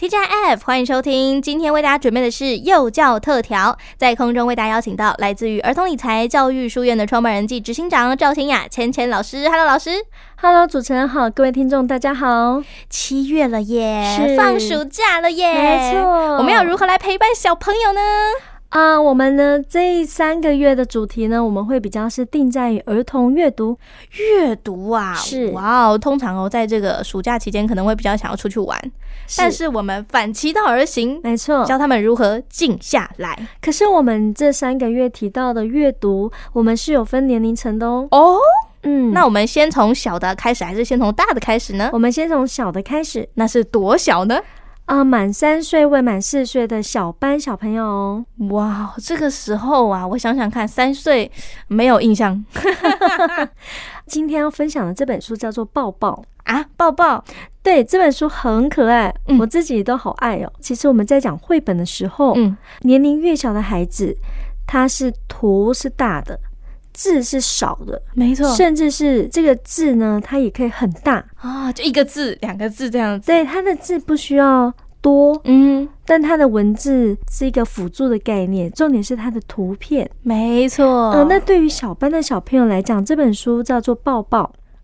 TGIF，欢迎收听。今天为大家准备的是幼教特调，在空中为大家邀请到来自于儿童理财教育书院的创办人及执行长赵千雅芊芊老师。Hello，老师。 Hello，主持人好，各位听众大家好。七月了耶，是放暑假了耶，没错，我们要如何来陪伴小朋友呢？啊、我们呢这三个月的主题呢，我们会比较是定在于儿童阅读。阅读啊，是哇哦，通常哦，在这个暑假期间可能会比较想要出去玩，但是哦我们反其道而行，没错，教他们如何静下来。可是我们这三个月提到的阅读，我们是有分年龄层的哦。哦，嗯，那我们先从小的开始，还是先从大的开始呢？我们先从小的开始那是多小呢？啊、满三岁未满四岁的小班小朋友哦，哇，这个时候啊，我想想看，三岁没有印象今天要分享的这本书叫做《抱抱》。啊，抱抱，对，这本书很可爱，嗯我自己都好爱哦。其实我们在讲绘本的时候，嗯，年龄越小的孩子，他是图是大的，字是少的，没错，甚至是这个字呢，它也可以很大。啊，就一个字、两个字这样子，对，它的字不需要多，嗯，但它的文字是一个辅助的概念，重点是它的图片。没错。呃，那对于小班的小朋友来讲，这本书叫做《抱抱》。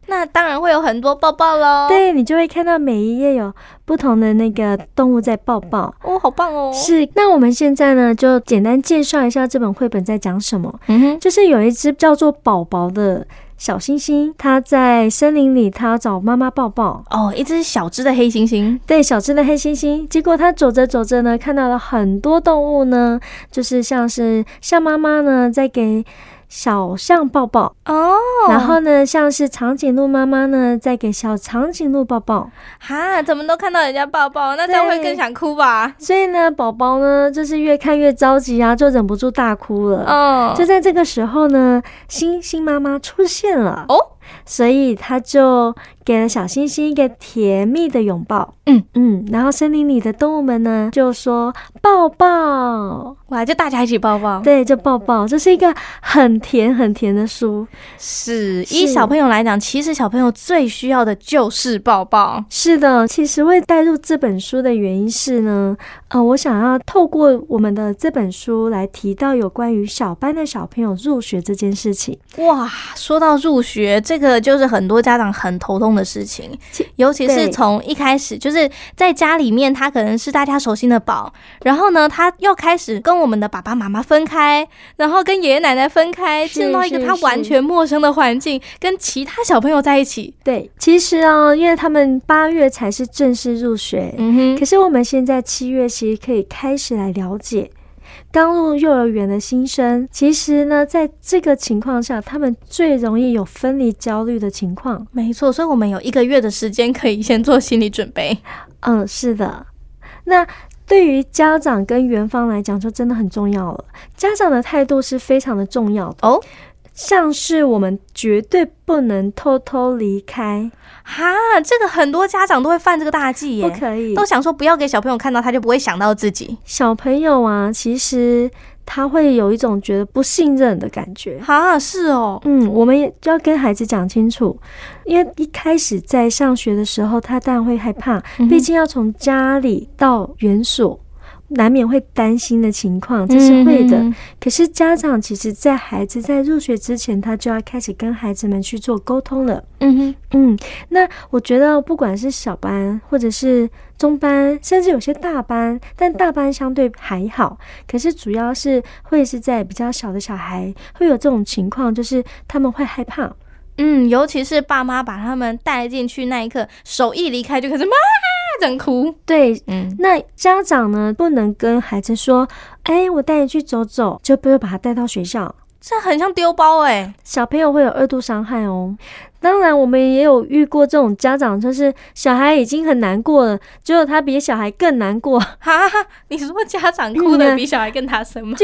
那当然会有很多抱抱喽。，对你就会看到每一页有不同的那个动物在抱抱，哦，好棒哦。，是，那我们现在呢，就简单介绍一下这本绘本在讲什么。嗯哼，就是有一只叫做宝宝的小星星，它在森林里，它要找妈妈抱抱。哦，一只小只的黑猩猩，对，小只的黑猩猩，结果它走着走着呢，看到了很多动物呢，就是像是象妈妈呢在给小象抱抱，哦，然后呢像是长颈鹿妈妈呢在给小长颈鹿抱抱。哈，怎么都看到人家抱抱，那这样会更想哭吧？所以呢，宝宝呢就是越看越着急啊，就忍不住大哭了。嗯，就在这个时候呢，星星妈妈出现了哦，所以她就给了小星星一个甜蜜的拥抱。嗯嗯，然后森林里的动物们呢就说抱抱，哇，就大家一起抱抱。对，就抱抱，这是一个很甜很甜的书。是，是以小朋友来讲，其实小朋友最需要的就是抱抱。是的，其实会带入这本书的原因是呢，呃，我想要透过我们的这本书来提到有关于小班的小朋友入学这件事情。哇，说到入学，这个就是很多家长很头痛的事情其，尤其是对从一开始，就是在家里面，他可能是大家手心的宝，然后呢，他要开始跟我们的爸爸妈妈分开，然后跟爷爷奶奶分开，是进到一个是他完全陌生的环境，跟其他小朋友在一起。对，其实啊，因为他们八月才是正式入学，嗯可哼，是我们现在七月其实可以开始来了解刚入幼儿园的新生。其实呢，在这个情况下，他们最容易有分离焦虑的情况。没错，所以我们有一个月的时间可以先做心理准备。嗯，是的。那对于家长跟园方来讲，就真的很重要了。家长的态度是非常的重要的哦。像是我们绝对不能偷偷离开，哈，这个很多家长都会犯这个大忌不耶，可以都。想说不要给小朋友看到，他就不会想到自己。小朋友啊，其实他会有一种觉得不信任的感觉。哈，是哦，嗯，我们也就要跟孩子讲清楚，因为一开始在上学的时候，他当然会害怕，毕毕竟要从家里到园所，难免会担心的情况，这是会的。嗯可是家长其实，在孩子在入学之前，他就要开始跟孩子们去做沟通了。嗯哼，嗯，那我觉得不管是小班，或者是中班，甚至有些大班，但大班相对还好。可是主要是会是在比较小的小孩会有这种情况，就是他们会害怕。嗯，尤其是爸妈把他们带进去那一刻，手一离开就开始妈整哭，对，嗯，那家长呢不能跟孩子说，哎，我带你去走走，就不会把他带到学校。这很像丢包哎、小朋友会有二度伤害哦。当然，我们也有遇过这种家长，就是小孩已经很难过了，结果他比小孩更难过。哈哈，你说家长哭嗯的啊比小孩更大声 吗？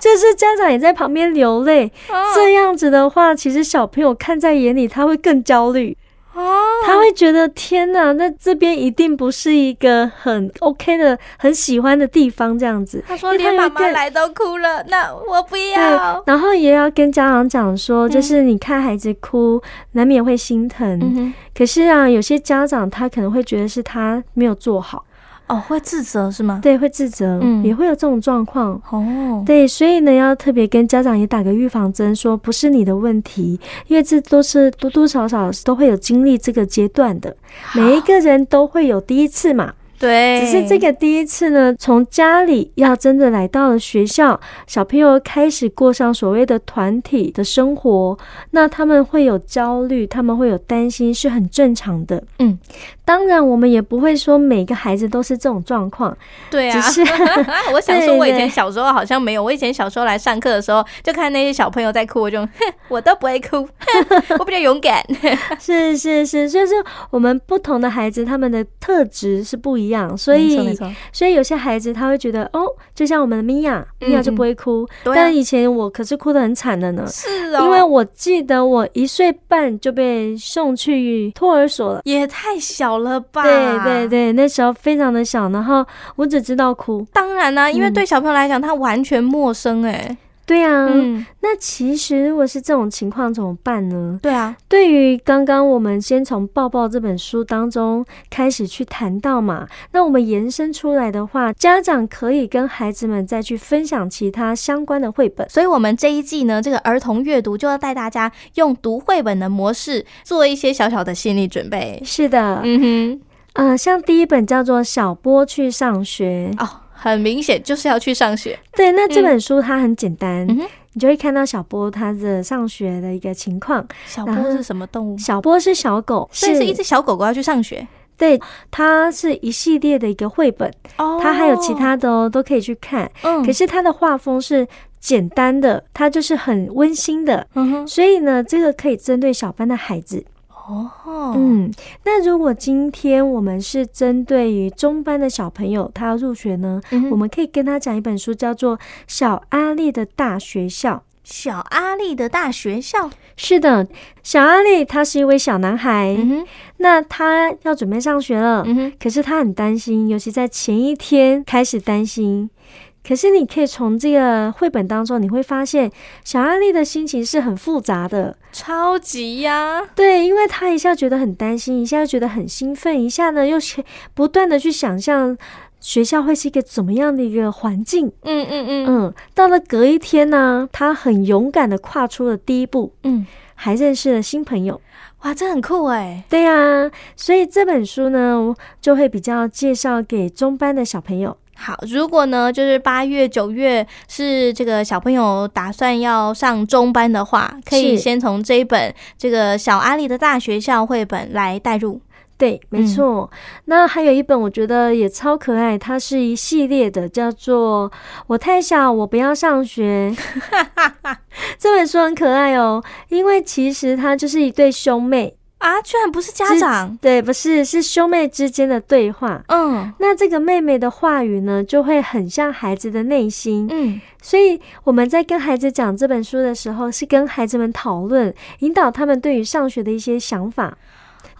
就是家长也在旁边流泪，啊这样子的话，其实小朋友看在眼里，他会更焦虑，啊，他会觉得天哪，那这边一定不是一个很 OK 的、很喜欢的地方，这样子。他说因为他连妈有妈更来都哭了，那我不要。然后也要跟家长讲说，嗯就是你看孩子哭，难免会心疼。嗯哼，可是啊，有些家长他可能会觉得是他没有做好，哦，会自责是吗？对，会自责，嗯也会有这种状况。哦，对，所以呢，要特别跟家长也打个预防针，说不是你的问题，因为这都是多多少少都会有经历这个阶段的，每一个人都会有第一次嘛。对，只是这个第一次呢，从家里要真的来到了学校，小朋友开始过上所谓的团体的生活，那他们会有焦虑，他们会有担心，是很正常的。嗯，当然我们也不会说每个孩子都是这种状况，对啊，只是 我想说，对我以前对小时候好像没有。我以前小时候来上课的时候，就看那些小朋友在哭，我 就哼，我都不会哭，哼 我比较勇敢。是是是，所以说我们不同的孩子他们的特质是不一样， 所没错没以错，所以有些孩子他会觉得哦，就像我们的米娅，嗯米娅就嗯不会哭，对啊但以前我可是哭得很惨的呢。是哦，因为我记得我一岁半就被送去托儿所了，也太小了吧？对对。对，那时候非常的小，然后我只知道哭。当然啦、因为嗯对小朋友来讲，他完全陌生哎、对啊，嗯，那其实如果是这种情况怎么办呢？对啊，对于刚刚我们先从《抱抱》这本书当中开始去谈到嘛，那我们延伸出来的话，家长可以跟孩子们再去分享其他相关的绘本。所以我们这一季呢，这个儿童阅读就要带大家用读绘本的模式做一些小小的心理准备。是的，嗯呃，像第一本叫做《小波去上学》，哼，哦，很明显就是要去上学。对，那这本书它很简单，嗯哼，你就会看到小波它的上学的一个情况。小波然后是什么动物？小波是小狗，所以是一只小狗狗要去上学。对，它是一系列的一个绘本，哦它还有其，他的哦，都可以去看。嗯可是它的画风是简单的，它就是很温馨的。嗯哼，所以呢，这个可以针对小班的孩子。哦，嗯，那如果今天我们是针对于中班的小朋友，他要入学呢，嗯哼我们可以跟他讲一本书，叫做《小阿力的大学校》。小阿力的大学校，是的，小阿力他是一位小男孩，嗯哼，那他要准备上学了，嗯哼，可是他很担心，尤其在前一天开始担心。可是你可以从这个绘本当中，你会发现小阿力的心情是很复杂的，超级呀、对，因为他一下觉得很担心，一下又觉得很兴奋，一下呢又去不断的去想象学校会是一个怎么样的一个环境。嗯嗯嗯嗯，到了隔一天呢，他很勇敢的跨出了第一步，嗯，还认识了新朋友。哇，这很酷哎，对呀、所以这本书呢，我就会比较介绍给中班的小朋友。好，如果呢，就是八月、九月是这个小朋友打算要上中班的话，可以是先从这一本这个小阿力的大学校绘本来带入。对，没嗯错。那还有一本我觉得也超可爱，它是一系列的，叫做《我太小，我不要上学》。 这本书很可爱哦，因为其实它就是一对兄妹，啊，居然不是家长，对，不是是兄妹之间的对话。嗯那这个妹妹的话语呢，就会很像孩子的内心，嗯，所以我们在跟孩子讲这本书的时候，是跟孩子们讨论，引导他们对于上学的一些想法，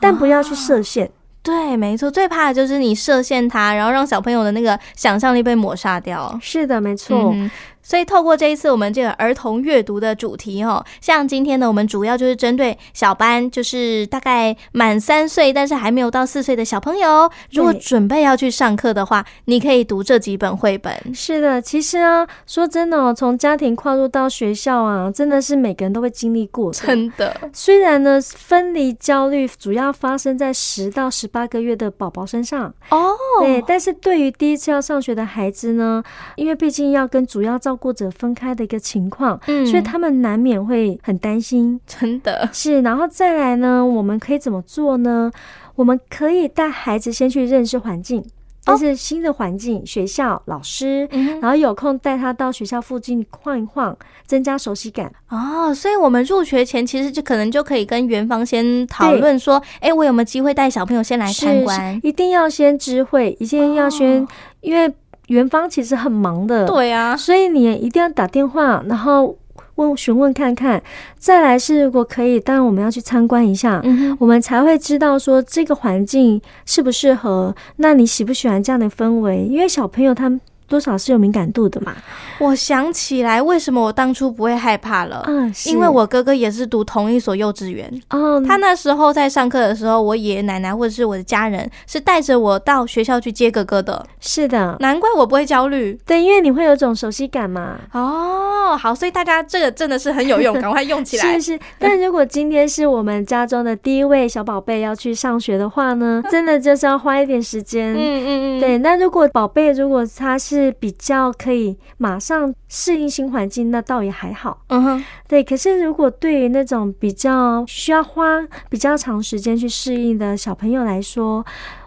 但不要啊去设限。对，没错，最怕的就是你设限他，然后让小朋友的那个想象力被抹杀掉。是的，没错。嗯哼，所以透过这一次我们这个儿童阅读的主题哦，像今天呢，我们主要就是针对小班，就是大概满三岁但是还没有到四岁的小朋友，哦如果对准备要去上课的话，你可以读这几本绘本。是的，其实啊，说真的哦，从家庭跨入到学校啊，真的是每个人都会经历过的。真的，虽然呢，分离焦虑主要发生在十到十八个月的宝宝身上， 哦，对，但是对于第一次要上学的孩子呢，因为毕竟要跟主要照顾者分开的一个情况，嗯所以他们难免会很担心。真的，是，然后再来呢，我们可以怎么做呢？我们可以带孩子先去认识环境，哦但是新的环境、学校、老师，嗯哼，然后有空带他到学校附近晃一晃，增加熟悉感。哦，所以我们入学前其实就可能就可以跟园方先讨论说，哎，我有没有机会带小朋友先来参是观？ 一定要先知会，一定要先，哦因为园方其实很忙的，对啊，所以你也一定要打电话，然后问询问看看。再来是，如果可以，当然我们要去参观一下，嗯哼，我们才会知道说这个环境适不适合，那你喜不喜欢这样的氛围？因为小朋友他们多少是有敏感度的嘛。我想起来，为什么我当初不会害怕了？嗯，呃因为我哥哥也是读同一所幼稚园，哦，他那时候在上课的时候，我爷爷奶奶或者是我的家人是带着我到学校去接哥哥的，是的，难怪我不会焦虑。对，因为你会有一种熟悉感嘛。哦，好，所以大家这个真的是很有用，赶快用起 来是。是，但如果今天是我们家中的第一位小宝贝要去上学的 话呢，真的就是要花一点时间。嗯嗯嗯，对，那如果宝贝如果他是比较可以马上适应新环境，那倒也还好。嗯哼，对，可是如果对于那种比较需要花比较长时间去适应的小朋友来说，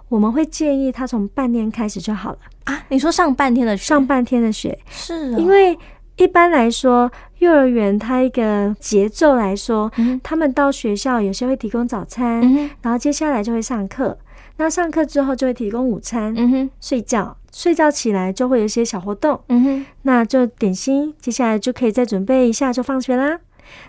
我们会建议他从半天开始就好了，啊，你说上半天的学上半天的学，是、哦，因为一般来说，幼儿园它一个节奏来说，嗯他们到学校有些会提供早餐，嗯哼然后接下来就会上课，那上课之后就会提供午餐、嗯哼睡觉，睡觉起来就会有一些小活动，嗯哼，那就点心，接下来就可以再准备一下就放学啦。哦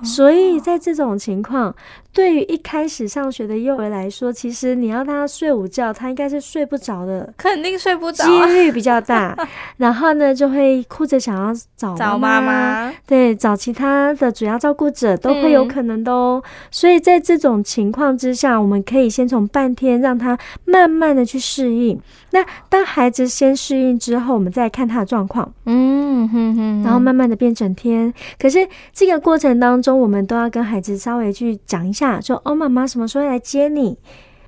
所以在这种情况，对于一开始上学的幼儿来说，其实你要他睡午觉，他应该是睡不着的，肯定睡不着几啊、率比较大。然后呢，就会哭着想要找找妈妈，妈，对，找其他的主要照顾者都会有嗯可能的哦。所以在这种情况之下，我们可以先从半天让他慢慢的去适应。那当孩子先适应之后，我们再看他的状况。嗯哼哼，然后慢慢的变整天。可是这个过程当中，我们都要跟孩子稍微去讲一下，说哦，妈妈什么时候来接你？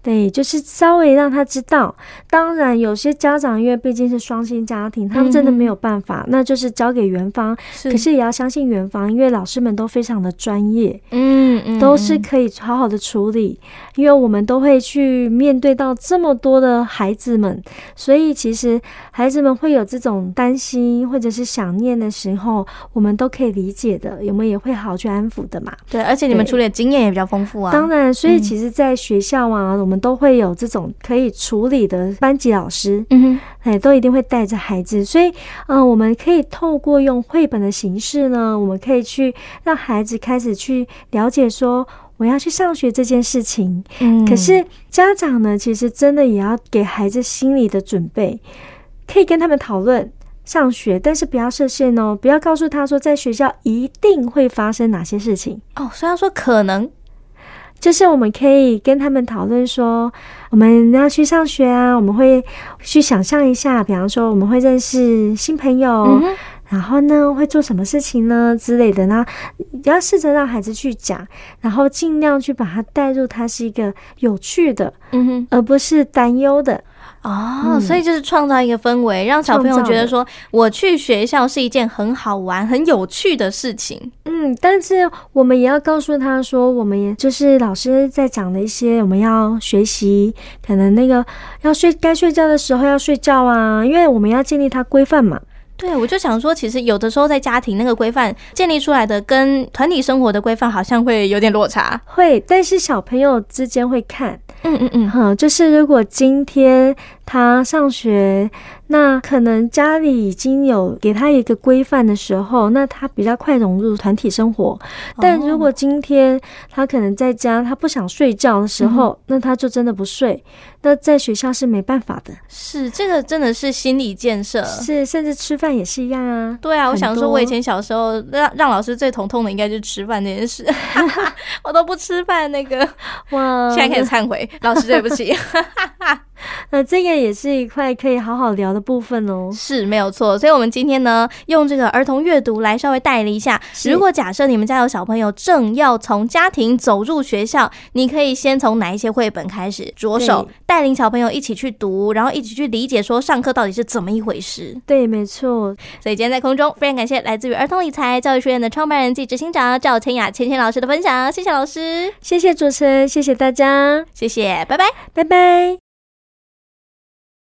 对，就是稍微让他知道。当然，有些家长因为毕竟是双薪家庭，他们真的没有办法，那就是交给园方。是，可是也要相信园方，因为老师们都非常的专业，嗯嗯，都是可以好好的处理，因为我们都会去面对到这么多的孩子们，所以其实孩子们会有这种担心或者是想念的时候，我们都可以理解的，我们也会好去安抚的嘛。对，而且你们对处理的经验也比较丰富啊。当然，所以嗯其实，在学校啊，我们都会有这种可以处理的班级老师，嗯哼，哎，都一定会带着孩子，所以，嗯、我们可以透过用绘本的形式呢，我们可以去让孩子开始去了解说。我要去上学这件事情，嗯可是家长呢，其实真的也要给孩子心理的准备，可以跟他们讨论上学，但是不要设限哦，不要告诉他说在学校一定会发生哪些事情。哦，虽然说可能，就是我们可以跟他们讨论说，我们要去上学啊，我们会去想象一下，比方说我们会认识新朋友，嗯哼，然后呢会做什么事情呢之类的。那要试着让孩子去讲，然后尽量去把他带入，他是一个有趣的，嗯哼，而不是担忧的。哦，嗯所以就是创造一个氛围，让小朋友创造觉得的说，我去学校是一件很好玩、很有趣的事情。嗯，但是我们也要告诉他说，我们也就是老师在讲的一些，我们要学习，可能那个要睡该睡觉的时候要睡觉啊，因为我们要建立他规范嘛。对，我就想说，其实有的时候在家庭那个规范建立出来的，跟团体生活的规范好像会有点落差。会，但是小朋友之间会看，嗯嗯嗯，哈、就是如果今天他上学，那可能家里已经有给他一个规范的时候，那他比较快融入团体生活。但如果今天他可能在家，他不想睡觉的时候，那他就真的不睡。那在学校是没办法的，是这个，真的是心理建设。是甚至吃饭也是一样啊。对啊，我很想说，多我以前小时候让让老师最头痛的应该就是吃饭这件 事， 我都不吃饭那个，哇，现在开始忏悔，老师对不 起。呃，这个也是一块可以好好聊的部分哦。是没有错，所以我们今天呢，用这个儿童阅读来稍微带了一下。是如果假设你们家有小朋友正要从家庭走入学校，你可以先从哪一些绘本开始着手对，带领小朋友一起去读，然后一起去理解说上课到底是怎么一回事。对，没错，所以今天在空中，非常感谢来自于儿童理财教育学院的创办人暨执行长赵千雅千千老师的分享，谢谢老师，谢谢主持人，谢谢大家，谢谢，拜拜。拜拜。